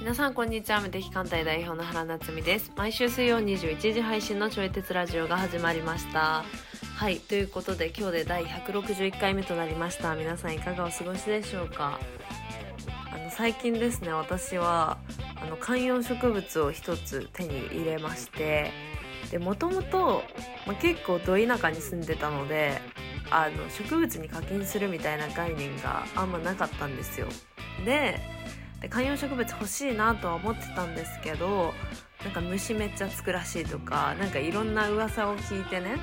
皆さんこんにちは無敵艦隊代表の原夏実です毎週水曜21時配信のちょい鉄ラジオが始まりましたはいということで今日で第161回目となりました皆さんいかがお過ごしでしょうかあの最近ですね私はあの観葉植物を一つ手に入れましてでもともと結構ど田舎に住んでたのであの植物に課金するみたいな概念があんまなかったんですよでで観葉植物欲しいなとは思ってたんですけどなんか虫めっちゃつくらしいとかなんかいろんな噂を聞いてね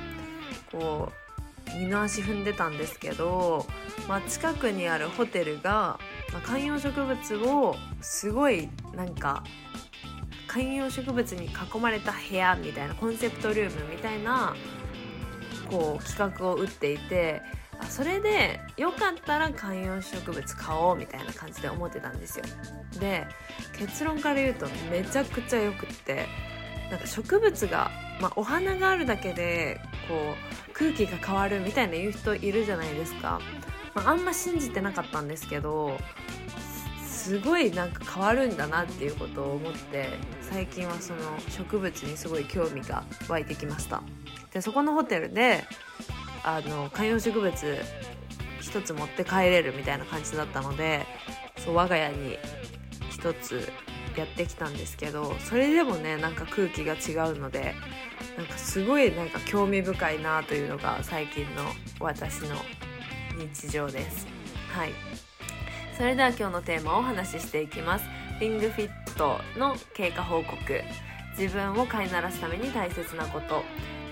こう二の足踏んでたんですけど、まあ、近くにあるホテルが、まあ、観葉植物をすごいなんか観葉植物に囲まれた部屋みたいなコンセプトルームみたいなこう企画を打っていてあそれでよかったら観葉植物買おうみたいな感じで思ってたんですよで結論から言うとめちゃくちゃよくってなんか植物が、まあ、お花があるだけでこう空気が変わるみたいな言う人いるじゃないですか、まあ、あんま信じてなかったんですけどすすごいなんか変わるんだなっていうことを思って最近はその植物にすごい興味が湧いてきましたでそこのホテルであの観葉植物一つ持って帰れるみたいな感じだったのでそう我が家に一つやってきたんですけどそれでもねなんか空気が違うのでなんかすごいなんか興味深いなというのが最近の私の日常です。はいそれでは今日のテーマをお話ししていきます。リングフィットの経過報告自分を飼いならすために大切なこと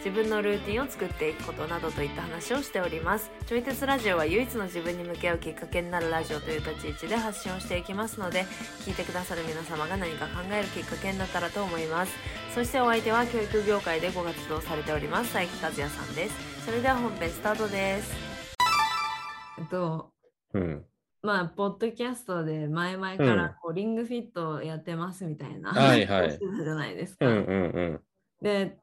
自分のルーティンを作っていくことなどといった話をしておりますちょい鉄ラジオは唯一の自分に向き合うきっかけになるラジオという立ち位置で発信をしていきますので聞いてくださる皆様が何か考えるきっかけになったらと思いますそしてお相手は教育業界でご活動されております佐伯和也さんですそれでは本編スタートですとうん。まあポッドキャストで前々からうんこうリングフィットやってますみたいなはい はい話をしてじゃないですうんうんで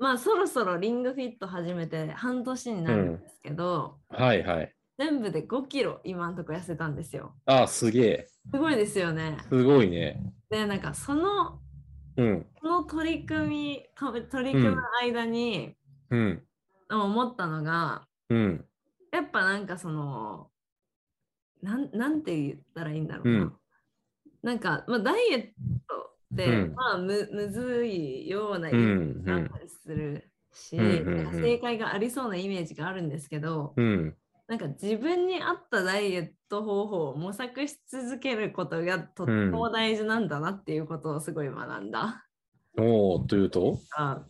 まあそろそろリングフィット始めて半年になるんですけど、うん。はいはい。全部で5キロ今のとこ痩せたんですよああ、すげえ。すごいですよねすごいね。でなんかそのうん。この取り組みか取り組む間にうん。思ったのが、うん。やっぱなんかそのなんなんて言ったらいいんだろうな、うんなんか、まあ、ダイエットって、うんまあむむずいようなイうメんージだったりするし、うんうんうんなんか正解がありそうなイメージがあるんですけど、うん。なんか自分に合ったダイエット方法を模索し続けることがとっても大事なんだなっていうことをすごい学ん だ。おー、というとあ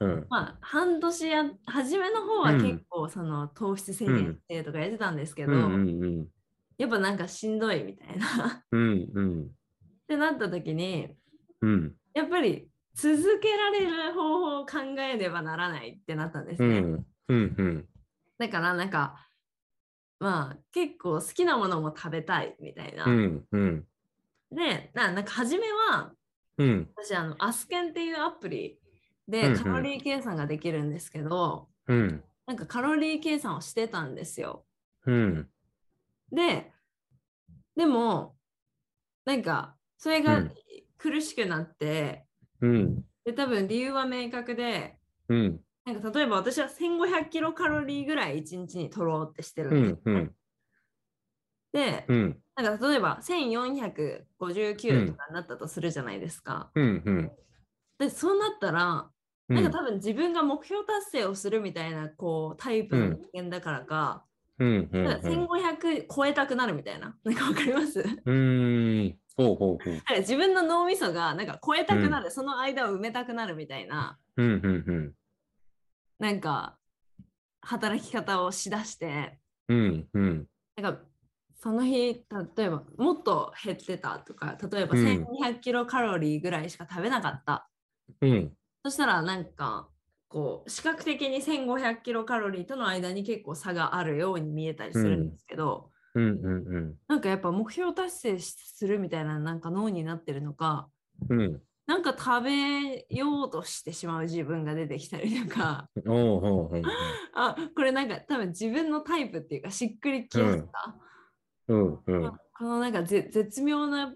うん。まあ半年や初めの方は結構その糖質制限してとかやってたんですけうど、んうんやっぱなんかしんどいみたいな っうん。うんうん。てなった時にうん。やっぱり続けられる方法を考えねばならないってなったんですうね。ん。うんうん。だからなんかまあ結構好きなものも食べたいみたいな。うんうん。でななんか初めはうん。私あのアスケンっていうアプリうんでうんカロリー計算ができるんですけど、うん。なんかカロリー計算をしてたんですよ。うん。ででもなんかそれうがん苦しくなって、うん。で多分理由は明確でうん。なんか例えば私は1500キロカロリーぐらい1日に取ろうってしてるうんですん。うん。でうん。なんか例えば1459とかになったとするじゃないですか。うん。うん。でそうなったらうなんんか。多分自分が目標達成をするみたいなこうタイプの人間だからか、うん。うん。なんか1500超えたくなるみたいな。なんかわかりますなんかうん。ほうほうほう。自分の脳みそがなんか超えたくなる、その間を埋めたくなるみたいな、うんうんなんか働き方をしだして、うん。うんうん。なんかその日、例えばもっと減ってたとか、例えばうん1200キロカロリーぐらいしか食べなかった。うん。そしたらなんか、こう視覚的に1500キロカロリーとの間に結構差があるように見えたりするんですけど、うんうんなんかやっぱ目標達成するみたいななんか脳になってるのかうん。うん。なんか食べようとしてしまう自分が出てきたりとか、おうおうおうあ、これなんか多分自分のタイプっていうかしっくりきやすさ、うんうんこのなんかぜ絶妙な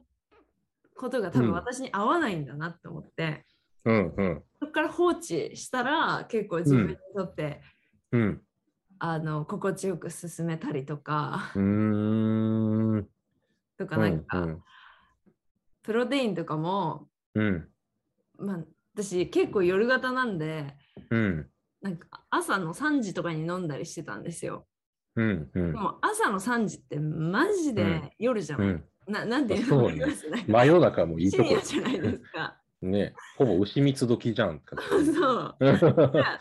ことが多うん分私に合わないんだなって思って、うんうんそこから放置したら結構自分にとって、うんあの心地よく進めたりとか、うーんとかなんか、うんプロテインとかも、うんまあ、私結構夜型なんでうんなんか朝の3時とかに飲んだりしてたんですよ。うんうんでも朝の3時ってマジうんで夜じゃうない、んななんていうそのうね真夜中もいいと深こ夜じゃないですか。ねほぼ牛蜜時じゃんそうういや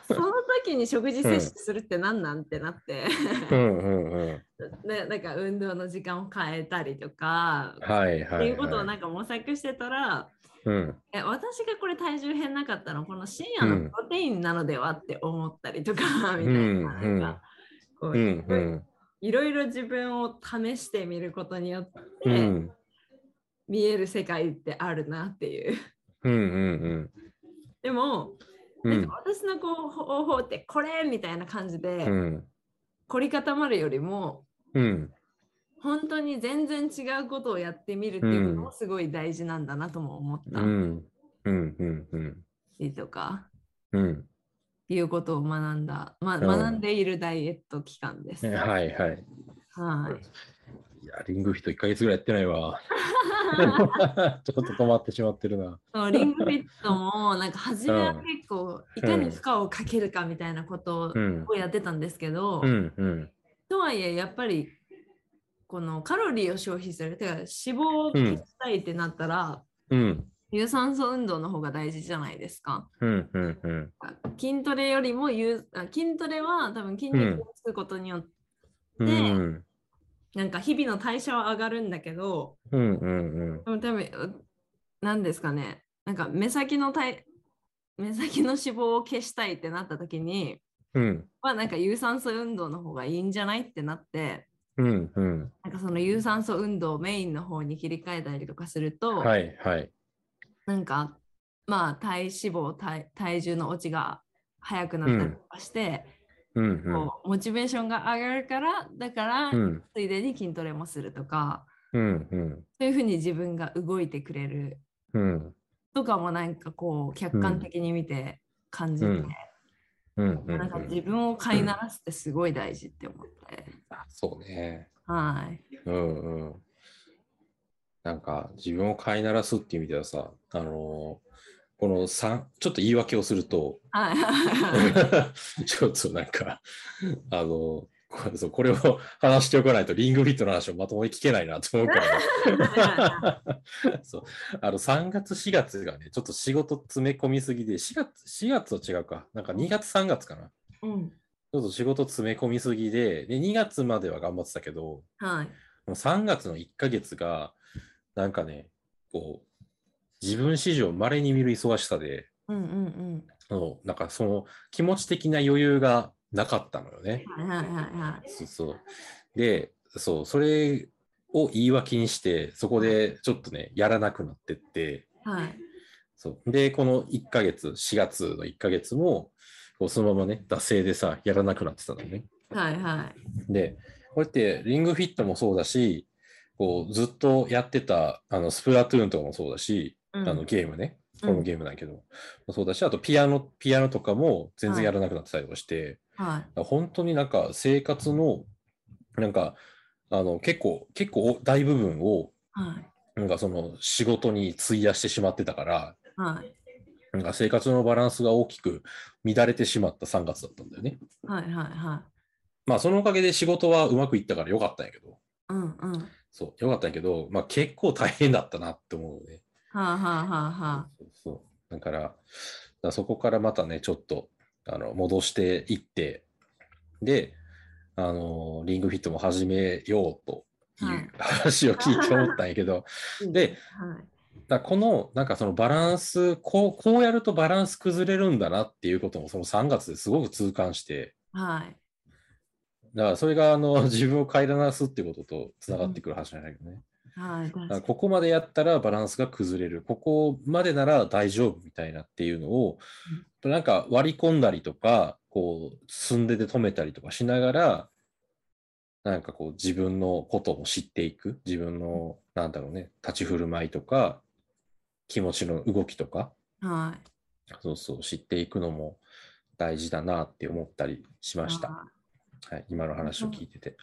その時に食事摂取するって何なんってなって、 んうんうんでなんか運動の時間を変えたりとか、はいはい、はっていうことをなんか模索してたらうんえ私がこれ体重減なかったのこの深夜のプロテインなのではって思ったりとか、みたいななんかこううんうんいろいろ自分を試してみることによって、うん見える世界ってあるなっていう。 うんうんでも、うんうなんんか私のこう方法ってこれみたいな感じで、うん凝り固まるよりもうん本当に全然違うことをやってみるっていうのもすごい大事なんだなとも思っうたんうんうんうんりとか、うんいうことを学んだ、ま、うん学んでいるダイエット期間です。ねはいはいはい いやリングフィット1ヶ月ぐらいやってない わちょっと止まってしまってるなそうリングフィットもなんか初めはうん結構いかに負荷をかけるかみたいなことうんをやってたんですけど、うんうんとはいえやっぱりこのカロリーを消費するてか脂肪を消したいってなったら、うん有酸素運動の方が大事じゃないですか。うんうんうん筋トレよりも有あ筋トレは多分筋肉をつくことによって、うんうんなんか日々の代謝は上がるんだけどうんうんでも多分何ですかねなんか目先の体目先の脂肪を消したいってなった時にうんはなんか有酸素運動の方がいいんじゃないってなってうんうんなんかその有酸素運動をメインの方に切り替えたりとかすると、はいはいなんかまあ体脂肪体体重の落ちが早くなったりとかして、うんこうモチベーションが上がるからだから、うんうんついでに筋トレもするとかうんうんそういうふうに自分が動いてくれるうんとかもなんかこう客観的に見て感じて、うんうんうんうなんかん自分を飼いならすってすごい大事って思って、あそうねはいうんうん。なんか自分を飼いならすっていう意味ではさ、あのーこの3、ちょっと言い訳をすると、はい ちょっとなんか、あのーこれそうこれを話しておかないとリングフィットの話をまともに聞けないなと思うから、 そうあの3月4月がねちょっと仕事詰め込みすぎで4月4月と違うかなんか2月3月かなうんちょっと仕事詰め込みすぎでで2月までは頑張ってたけどはいこの3月の1ヶ月が、なんかね、こう、自分史上稀に見る忙しさで、うんうんあのなんかその気持ち的な余裕がなかったのよね。うんはいはいはいはそうそう。で、そう、それを言い訳にして、そこでちょっとね、やらなくなってって、いはいそう。で、この1ヶ月、4月の1ヶ月も、こうそのままね、惰性でさ、やらなくなってたのね。はいはいで、これってリングフィットもそうだし、こうずっとやってたあのスプラトゥーンとかもそうだし、うんあのゲームね、うこんれもゲームなんやけど、そうだし、あとピアノ、ピアノとかも全然やらなくなってたりとかして、はい本当になんか生活の、なんか、あの結構、結構大部分を、はいなんかその仕事に費やしてしまってたから、はいなんか生活のバランスが大きく乱れてしまった3月だったんだよね。はいはいはいまあそのおかげで仕事はうまくいったから良かったんやけど、うんうんはいそう、よかったんやけど、まあ結構大変だったなって思うので、はいはいはそうそうだから、だからそこからまたね、ちょっとあの戻していって、で、あのリングフィットも始めようといはいう 話を聞いて思ったんや けど、いで、はいだからこの、なんかそのバランス、こう、こうやるとバランス崩れるんだなっていうことも、その3月ですごく痛感して、はい だからそれがあの自分を変えらなすってこととつながってくる話じゃないけどね。はい、確かにここまでやったらバランスが崩れる、ここまでなら大丈夫みたいなっていうのを、なんか割り込んだりとか、こう、進んでで止めたりとかしながら、なんかこう自分のことを知っていく、自分の、なんだろうね、立ち振る舞いとか、気持ちの動きとか、はい。そうそう、知っていくのも大事だなって思ったりしました。あはい、今の話を聞いてて。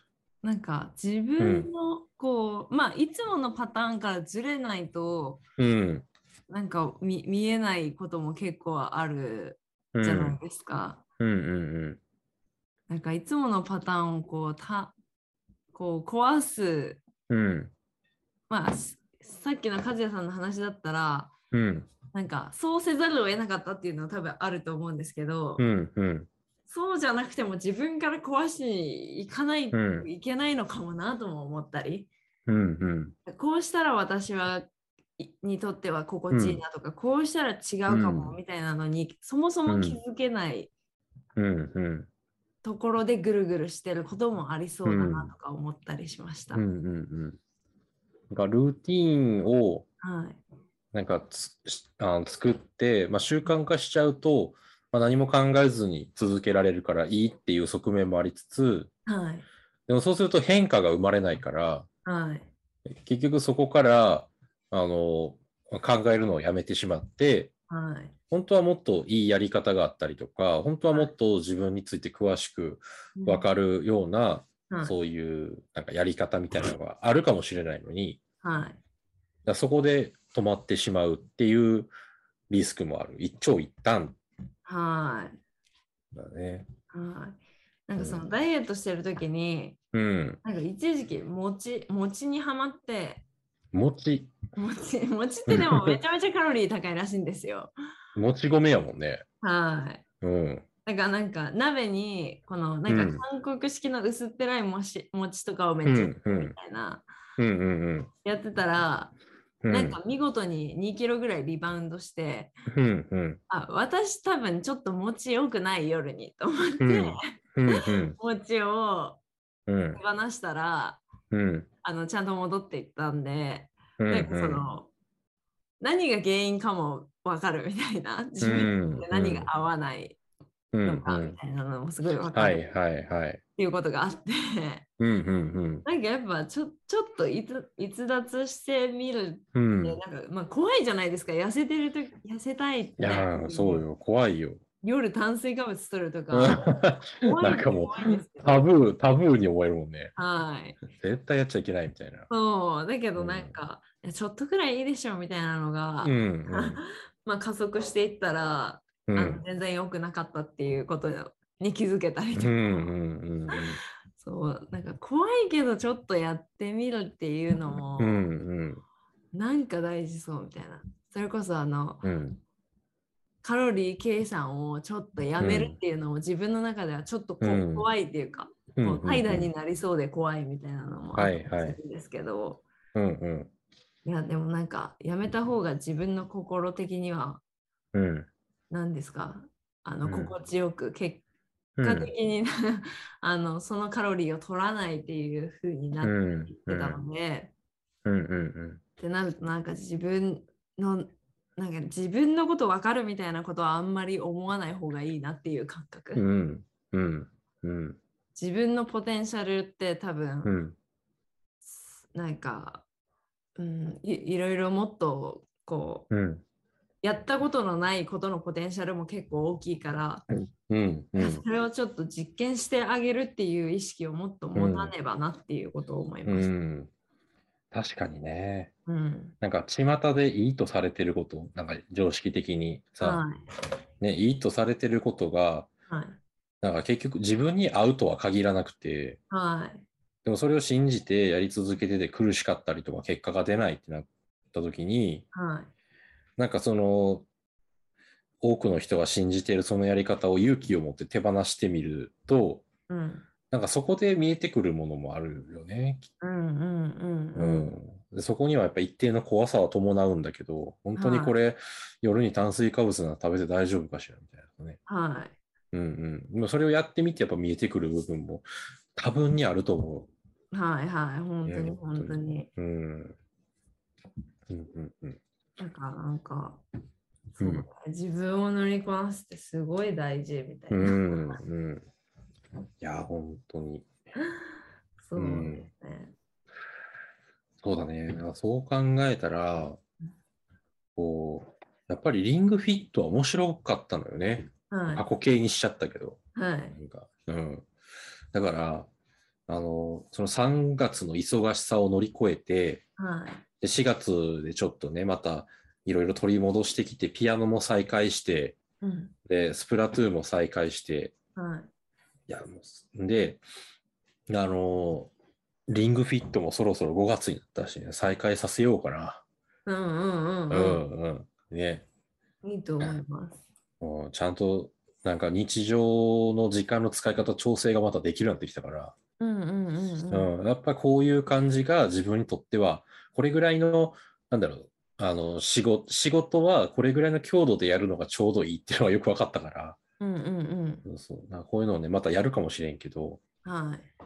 ーなんか自分のこう、まあいつものパターンからずれないとうん。なんか見見えないことも結構あるうん。じゃないですか。うんうんなんかいつものパターンをこうたこう壊す、うん。うん。まあすさっきの和也さんの話だったらうん。なんかそうせざるを得なかったっていうのは多分あると思うんですけど、うん。うん。そうじゃなくても自分から壊しに行かないとうんいけないのかもなとも思ったり。うん。うん。こうしたら私はいにとっては心地いいなとか、こうしたら違うかもうんみたいなのに、そもそも気づけないうん。うん。ところでぐるぐるしてることもありそうだなとか思ったりしました。うんうんうん。なんかルーティーンをはい、なんかつしあの作って、まあ、習慣化しちゃうと、まあ、何も考えずに続けられるからいいっていう側面もありつつ、はい、でもそうすると変化が生まれないから、はい、結局そこからあの考えるのをやめてしまって、はい、本当はもっといいやり方があったりとか、本当はもっと自分について詳しく分かるような、はいそういうなんかやり方みたいなのがあるかもしれないのに、はい、だからそこで止まってしまうっていうリスクもある。一長一短はい、だね。はい。なんかそのダイエットしてる時に、うん。なんか一時期餅、餅にはまって、もち、餅、餅ってでもめちゃめちゃカロリー高いらしいんですよ。もち米やもんね。はい。うん。だからなんか鍋にこのなんうんか韓国式の薄っぺらいもし餅とかをめうっちゃみんうん。たいな、うんうんやってたら、うん。なんか見事に2キロぐらいリバウンドしてうんうんあ私多分ちょっと餅良くない夜にと思って、うんうんうん餅をうん手放したらうんあのちゃんと戻っていったんで、うんなんかその何が原因かも分かるみたいな自分で何が合わないうんのかうみんたいなのもすごい分かはるいはいはい。っていうことがあって。 うんうんなんかやっぱちょちょっと逸逸脱してみるうっん。うてん。なんか、まあ、怖いじゃないですか痩せてると痩せたいっていやー、そうよ。怖いよ。夜炭水化物取るとか怖いなんかも怖いんですけどう、タブー、タブーに覚えるもんね。はい絶対やっちゃいけないみたいな。そうだけどなんか、いやちょっとくらいいいでしょみたいなのが、うんまあ、加速していったら、うん。うあのん全然良くなかったっていうことに気づけたりとうか、んうんうん。そうなんか怖いけどちょっとやってみるっていうのも、うんうんなんか大事そうみたいなそれこそあのうんカロリー計算をちょっとやめうるんっていうのも自分の中ではちょっとこううん怖いっていうか、うこん。う怠惰になりそうで怖いみたいなのもあはっいたはいりするんですけど、うんうんいやでもなんかやめた方が自分の心的にはうん。何ですかあうのん心地よく結うん果的にな、 あのそのカロリーを取らないっていう風になっうてんうんたので、っうんうんてなるとなんか自分のなんか自分のこと分かるみたいなことはあんまり思わない方がいいなっていう感覚。うんうんうん自分のポテンシャルって多分、うんなんか、うん、いいろいろもっとこううんやったことのないことのポテンシャルも結構大きいから、うんうんそれをちょっと実験してあげるっていう意識をもっと持たねばなっていうことを思いうました。ん確かにね。うんなんか巷でいいとされてること、なんか常識的にさ、はいね、いいとされてることが、はいなんか結局自分に合うとは限らなくて、はいでもそれを信じてやり続けてて苦しかったりとか結果が出ないってなった時に、はいなんかその、多くの人が信じているそのやり方を勇気を持って手放してみると、うんなんかそこで見えてくるものもあるよね。うんうんうんううんん。でそこにはやっぱ一定の怖さは伴うんだけど、本当にこれ、夜に炭水化物なら食べて大丈夫かしらみたいなね。はいうんうん。でもそれをやってみてやっぱ見えてくる部分も多分にあると思はいはい本当いやに本当本に当にう。うん。うんうんうんなんか、なんか、うんそう自分を乗りこなすってすごい大事みたいうな。んうんいや、本当に。そううでんすね。そうだね。そう考えたら、こう、やっぱりリングフィットは面白かったのよね。過は去形にしちゃったけど。い。は。ないんか、うん。だから、あの、その3月の忙しさを乗り越えて、はい。で4月でちょっとね、またいろいろ取り戻してきて、ピアノも再開して、うん。で、スプラトゥーンも再開して、はい。いや、もう、で、あの、リングフィットもそろそろ5月になったしね、再開させようかな。うんうんううんんうん。ね、うん。いいと思います。もうちゃんと、なんか日常の時間の使い方、調整がまたできるようになってきたから、うんうんうんうん。うん、やっぱこういう感じが自分にとっては、これぐらいの、なんだろう、あの仕事仕事はこれぐらいの強度でやるのがちょうどいいっていうのはよく分かったから、うんうんうん。そうそうなんかこういうのをね、またやるかもしれんけど、はい。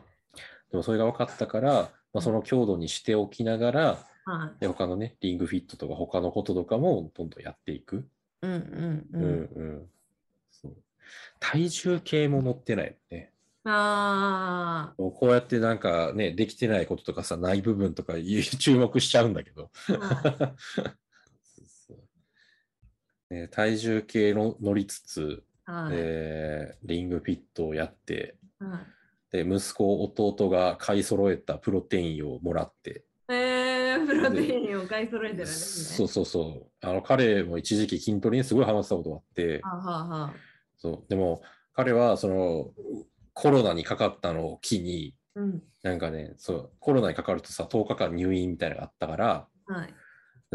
でもそれが分かったから、まあ、その強度にしておきながら、はい。で他のね、リングフィットとか他のこととかもどんどんやっていく。うんうんううんうんそう体重計も乗ってないよね。ん。あこうやってなんかね、できてないこととかさ、ない部分とかいう 注目しちゃうんだけど。あ。はいそうそうね、体重計の乗りつつ、 はい。えーリングフィットをやって、はいで息子、弟が買い揃えたプロテインをもらって、えー、プロテインを買い揃えてるんですね。そうそうそう、あの彼も一時期筋トレにすごいハマってたことがあって、はあ、はあはあ、そうでも彼はそのコロナにかかったのを機に、うん。なんかねそう、コロナにかかるとさ、10日間入院みたいなのがあったから、はい。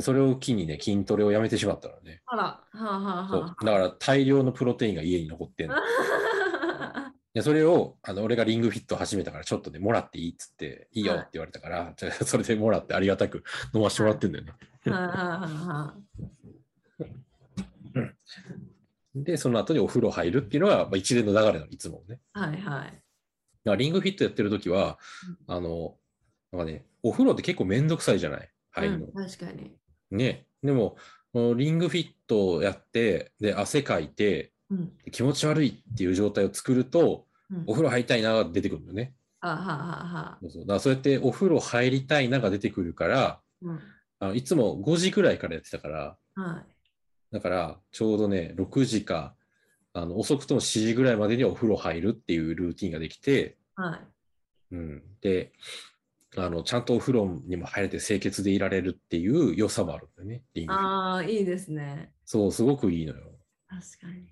それを機にね、筋トレをやめてしまったのね。あら、はあはあそうはだから大量のプロテインが家に残ってんの。あ。で、それを、あの、俺がリングフィット始めたから、ちょっとね、もらっていいっつって、いいよって言われたから、じゃあ それでもらってありがたく飲ましてもらってんだよね。はあはあはあで、その後にお風呂入るっていうのは、まあ、一連の流れのいつもね。はいはい。だからリングフィットやってる時は、あの、なんかね、お風呂って結構めんどくさいじゃない入るの。うん、確かに。ね。でも、もうリングフィットをやって、で、汗かいて、うん。気持ち悪いっていう状態を作ると、うんお、風呂入りたいなが出てくるのね。あはあはあはあそうそうだからそうやってお風呂入りたいなが出てくるから、うん。あのいつも5時くらいからやってたから、はい。だからちょうどね、6時か、あの遅くとも7時ぐらいまでにお風呂入るっていうルーティンができて、はい。うん、であの、ちゃんとお風呂にも入れて清潔でいられるっていう良さもあるんだよね、リングフィットああ、いいですね。そう、すごくいいのよ。確かに。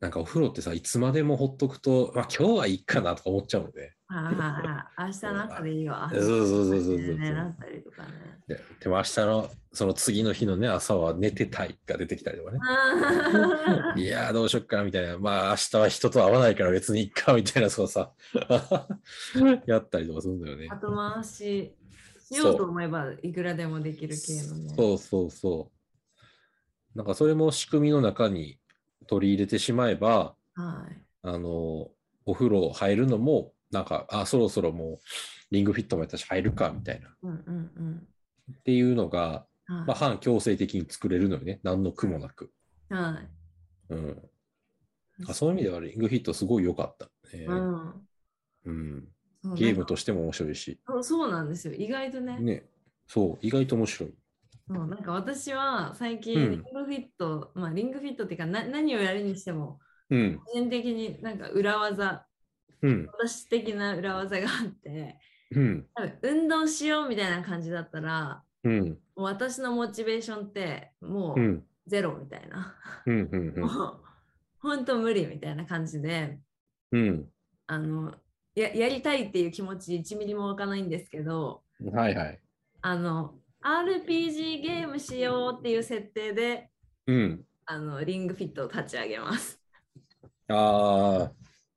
なんかお風呂ってさ、いつまでもほっとくと、まあ今日はいいかなとか思っちゃうので、はいはいはい。明日の朝でいいわ。そうそうそうそうそうね、なったりとかね。ででも明日のその次の日のね、朝は寝てたいが出てきたりとかね。あいやーどうしよっかなみたいな。まあ明日は人と会わないから別にいっかみたいな、そうさ。やったりとかするんだよねー。後回ししようと思えばいくらでもできる系のね。そうそうそう。なんかそれも仕組みの中に取り入れてしまえば、はい。あの、お風呂入るのも、なんか、あ、そろそろもうリングフィットもやったし入るかみたいな。っうんうんていうのが、うん。はいまあ半強制的に作れるのよね。何の苦もなく。はい。うん。あそういう意味ではリングフィットすごい良かった、ねうんうん。そうゲームとしても面白いし。そうそうなんですよ。意外とね。ね、そう、意外と面白い。そうなんか私は最近、うんリングフィット、まあリングフィットっていうかな何をやるにしても、うん、個人的になんか裏技、うん、私的な裏技があって、うん、多分運動しようみたいな感じだったら、うもん、う私のモチベーションってもうん、う、うんゼロみたいな。うん、うん、もう本当無理みたいな感じで、うん、あのややりたいっていう気持ち1ミリも湧かないんですけど、はいはい。あの RPG ゲームしようっていう設定でうん、あのリングフィットを立ち上げます。ああ、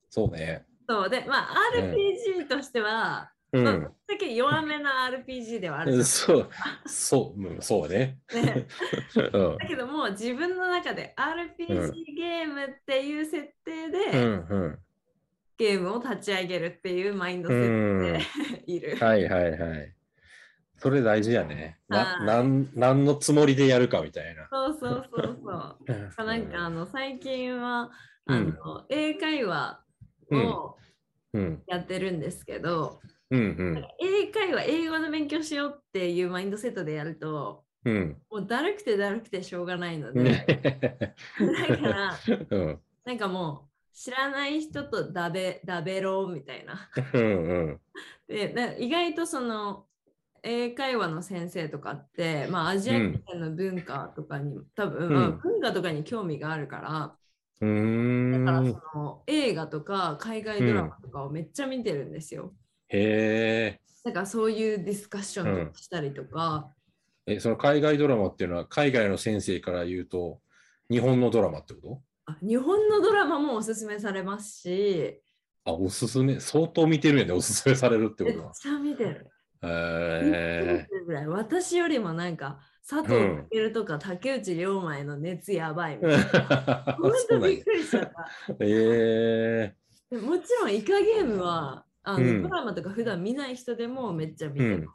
そうね。そうでまあうん RPG としては、うまあぶっん、ちゃけ弱めな RPG ではあるうんじそう、そう、うん、そうね。ゃんね。うん、だけどもう自分の中で RPG ゲームっていう設定うでん、ゲームを立ち上げるっていうマインドうセッん、うん、トでいる。はいはいはい。それ大事やね。な、はいなん、なんのつもりでやるかみたいな。そうそうそうそう。なんかあの最近はうんあの、英会話をうん、やってるんですけど、うん、うん、英会話英語の勉強しようっていうマインドセットでやるとうん。もうだるくてだるくてしょうがないので、ねだからうん、なんかもう知らない人とだべだべろうみたいな。 うん、うん。でな意外とその英会話の先生とかって、まあ、アジア圏の文化とかに、多分、まあうん文化とかに興味があるから、うだからーん。その映画とか海外ドラマとかをめっちゃ見てるんですよ。へえ。だからそういうディスカッションとかしたりとか、え、その海外ドラマっていうのは、海外の先生から言うと、日本のドラマってこあ日本のドラマもおすすめされますし、とあ、おすすめ、相当見てるよね、おすすめされるってめこっとは。ちゃ見てる。びっくりえするぐらい私よりもなんか佐藤うん健とか竹内涼真への熱やばいみー。たい な。 本そ当うなんびっやくりしちゃった。えでもちろんイカゲームはあの、うんドラマとか普段見ない人でもめっちゃ見てる。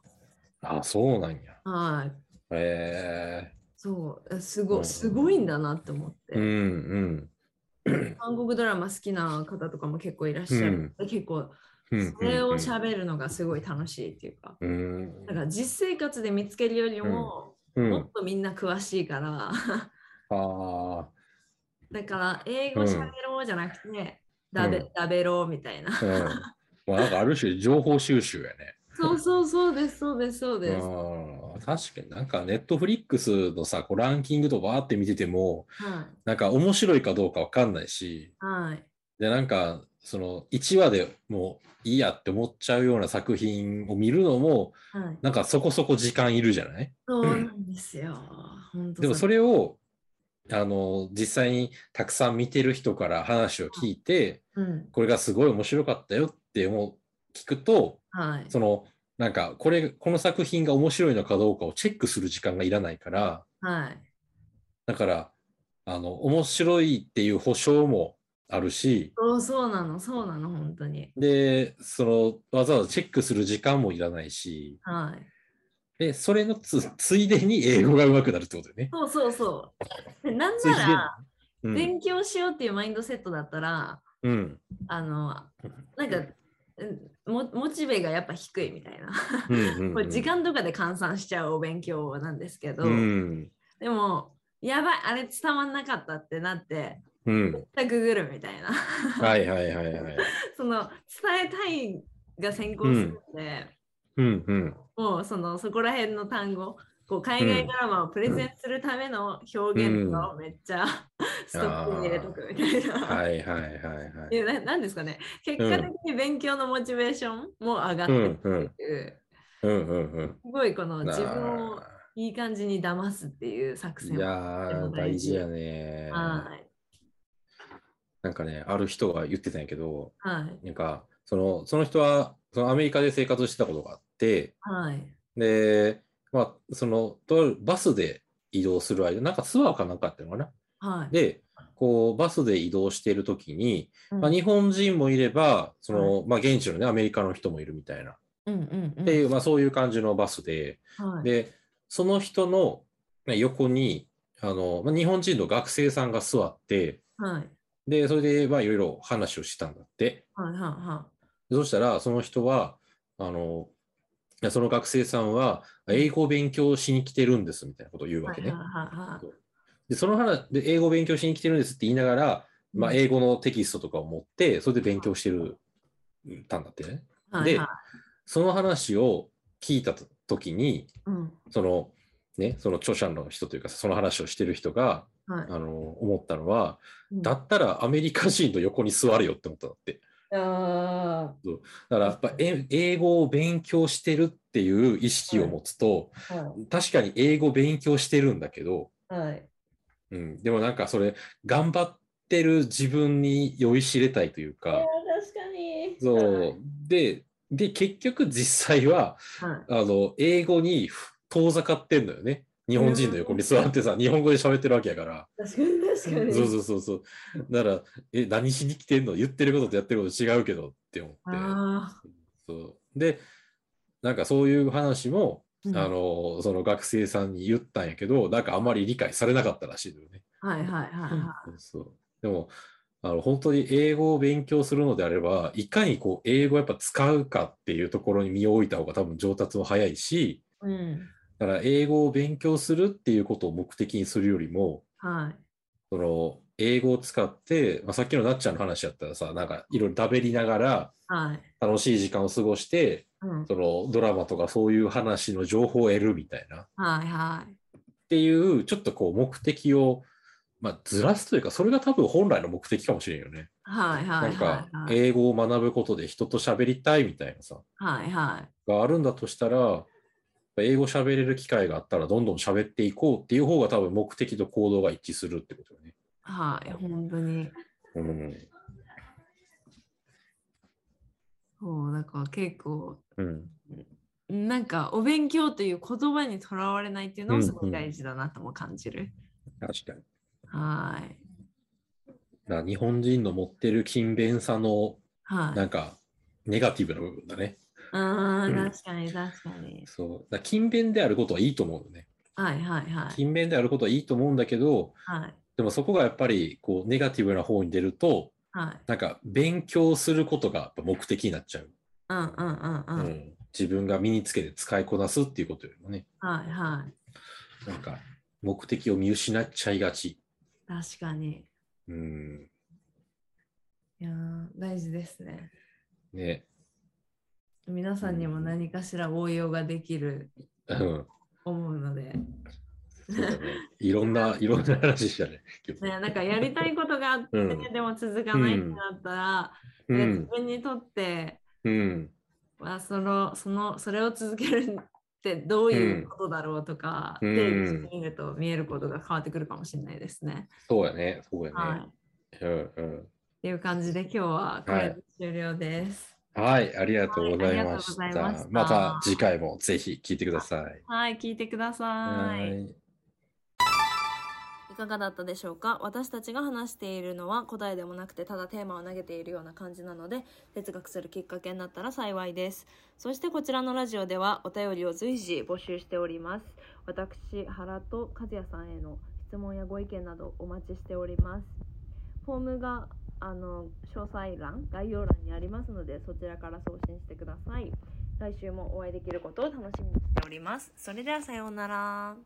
ー。あ、そうなんや。はい。えそうえすうごんすごいんだなって思って、ー。うん、韓国ドラマ好きな方とかも結構いらっしゃる、結構うん。うんそれをうん喋るのがすごい楽しいっていうか、うんだから実生活で見つけるよりも、うんもっとみんな詳しいから、あだから英語喋ろうじゃなくて、だべうんだべろうみたいな、あ、うん。まあ、なんかある種、情報収集やね。 そうそうそうですそうですそうです、はうん確かになんか、ネットフリックスのさ、こうランキングとバーって見てても、いなんか面白いかどうかわかんないし、はいで、なんか、その1話でもういいやって思っちゃうような作品を見るのも、はいなんかそこそこ時間いるじゃないそうなんですよ、本当でもそれれを、あの、実際にたくさん見てる人から話を聞いて、うんこれがすごい面白かったよって思う聞くと、はいその、なんか、これ、この作品が面白いのかどうかをチェックする時間がいらないから、はいだから、あの、面白いっていう保証もあるし、そうそうなのそうなの本当にで、その、わざわざチェックする時間もいらないし、はいで、それのつついでに英語が上手くなるってことだよね。そうそうそうでなんついでならうん。勉強しようっていうマインドセットだったらうん。あのなんかうんモモチベがやっぱ低いみたいなうんうんこれ時間とかで換算しちゃうお勉強なんですけど、うん。でもやばいあれ伝わんなかったってなってうん。全くグルみたいな はいはいはいはい。その伝えたいが先行するので、うんうん。もうそのそこら辺の単語こう海外ドラマをプレゼンするための表現とかをめっちゃ、 ストックに入れとくみたいな。はいはいはい はいい。やななんですかね結果的に勉強のモチベーションも上がってるっていう、うんうんうん。すごいこの自分をあいい感じに騙すっていう作ーい戦やはー、大事やね。はいなんかね、ある人が言ってたんやけど、はいなんか、その、その人は、そのアメリカで生活してたことがあって、はいで、まあ、その、とあるバスで移動する間、なんかツアーかなんかあっていうのかな。はいで、こう、バスで移動しているときに、うんまあ、日本人もいれば、そはの、まあ、現地のね、アメリカの人もいるみたいな、っうんうんうんていう、まあ、そういう感じのバスで、はいで、その人のまあ横に、あの、まあ、日本人の学生さんが座って、はいで、それで、まあ、いろいろ話をしたんだって。はいはでそしたら、その人は、あの、いやその学生さんは、英語を勉強しに来てるんですみたいなことを言ういわはいけはいね。はで、その話で、英語を勉強しに来てるんですって言いながら、いまあ、英語のテキストとかを持って、それで勉強してるたんだってね。はいではい、その話を聞いたときに、うんその、ね、その著者の人というか、その話をしてる人が、はいあの、思ったのは、うんだったらアメリカ人の横に座れよって思ったんだって。あだからやっぱえ英語を勉強してるっていう意識を持つと、ーは確かに英語勉強してるんだけど、いはいうん、でもなんかそれ頑張ってる自分に酔いしれたいといういやか、確かにそうでで結局実際ははいあの英語に遠ざかってんのよね日本人の横に座ってさ日本語で喋ってるわけやから。確かに確かにそうそうそうそう。だから、え、何しに来てんの言ってることとやってること違うけどって思って。あそうで、なんかそういう話も、ーうんあの、その学生さんに言ったんやけど、なんかあまり理解されなかったらしいのよね。はいはいはいはそうそうでも、あの本当に英語を勉強するのであれば、いかにこう英語をやっぱ使うかっていうところに身を置いた方が多分上達も早いし、い。うん。だから英語を勉強するっていうことを目的にするよりも、はい。その英語を使って、まあ、さっきのなっちゃんの話やったらさ、なんかいろいろだべりながらはい。楽しい時間を過ごして、うん。そのドラマとかそういう話の情報を得るみたいな。はいはい。っていう、ちょっとこう目的を、まあ、ずらすというか、それが多分本来の目的かもしれんよね。はいはいなんかはいはい。英語を学ぶことで人と喋りたいみたいなさ、はいはい。があるんだとしたら、英語喋れる機会があったらどんどん喋っていこうっていう方が多分目的と行動が一致するってことよね。はい。本当に。うん。そう、だから結構、うん。なんかお勉強という言葉にとらわれないっていうのうもんうんすごい大事だなとも感じる。確かに。はい。だから日本人の持ってる勤勉さの、はい。なんか、ネガティブな部分だね。ああ、うん確かに確かに。そう。だから勤勉であることはいいと思うよね。はいはいはい。勤勉であることはいいと思うんだけど、はいでもそこがやっぱり、こう、ネガティブな方に出ると、はい。なんか、勉強することがやっぱ目的になっちゃう。うんうんうんう。うんん、自分が身につけて使いこなすっていうことよりもね、はいはい。なんか目的を見失っちゃいがち。確かに。うん、いやー大事ですね。ね、皆さんにも何かしら応用ができるうん、思うので、そうだね。いろんな、 いろんな話したね。今ね、なんかやりたいことがあって、うんでも続かないってなったら、日うで自ん、分にとって、うん、まあ、そのそのそれを続けるってどういうことだろうとか、うん定義してみると見えることが変わってくるかもしれないですね。そうやね、そうやね。はい、っうん、うん。ていう感じで今日はこれで終了です。はい、ありがとうございましはいありがとうございましたた。また次回もぜひ聞いてください。はい、聞いてください。はいいかがだったでしょうか私たちが話しているのは答えでもなくてただテーマを投げているような感じなので哲学するきっかけになったら幸いですそしてこちらのラジオではお便りを随時募集しております私原と和也さんへの質問やご意見などお待ちしておりますフォームがあの詳細欄概要欄にありますのでそちらから送信してください来週もお会いできることを楽しみにしておりますそれではさようなら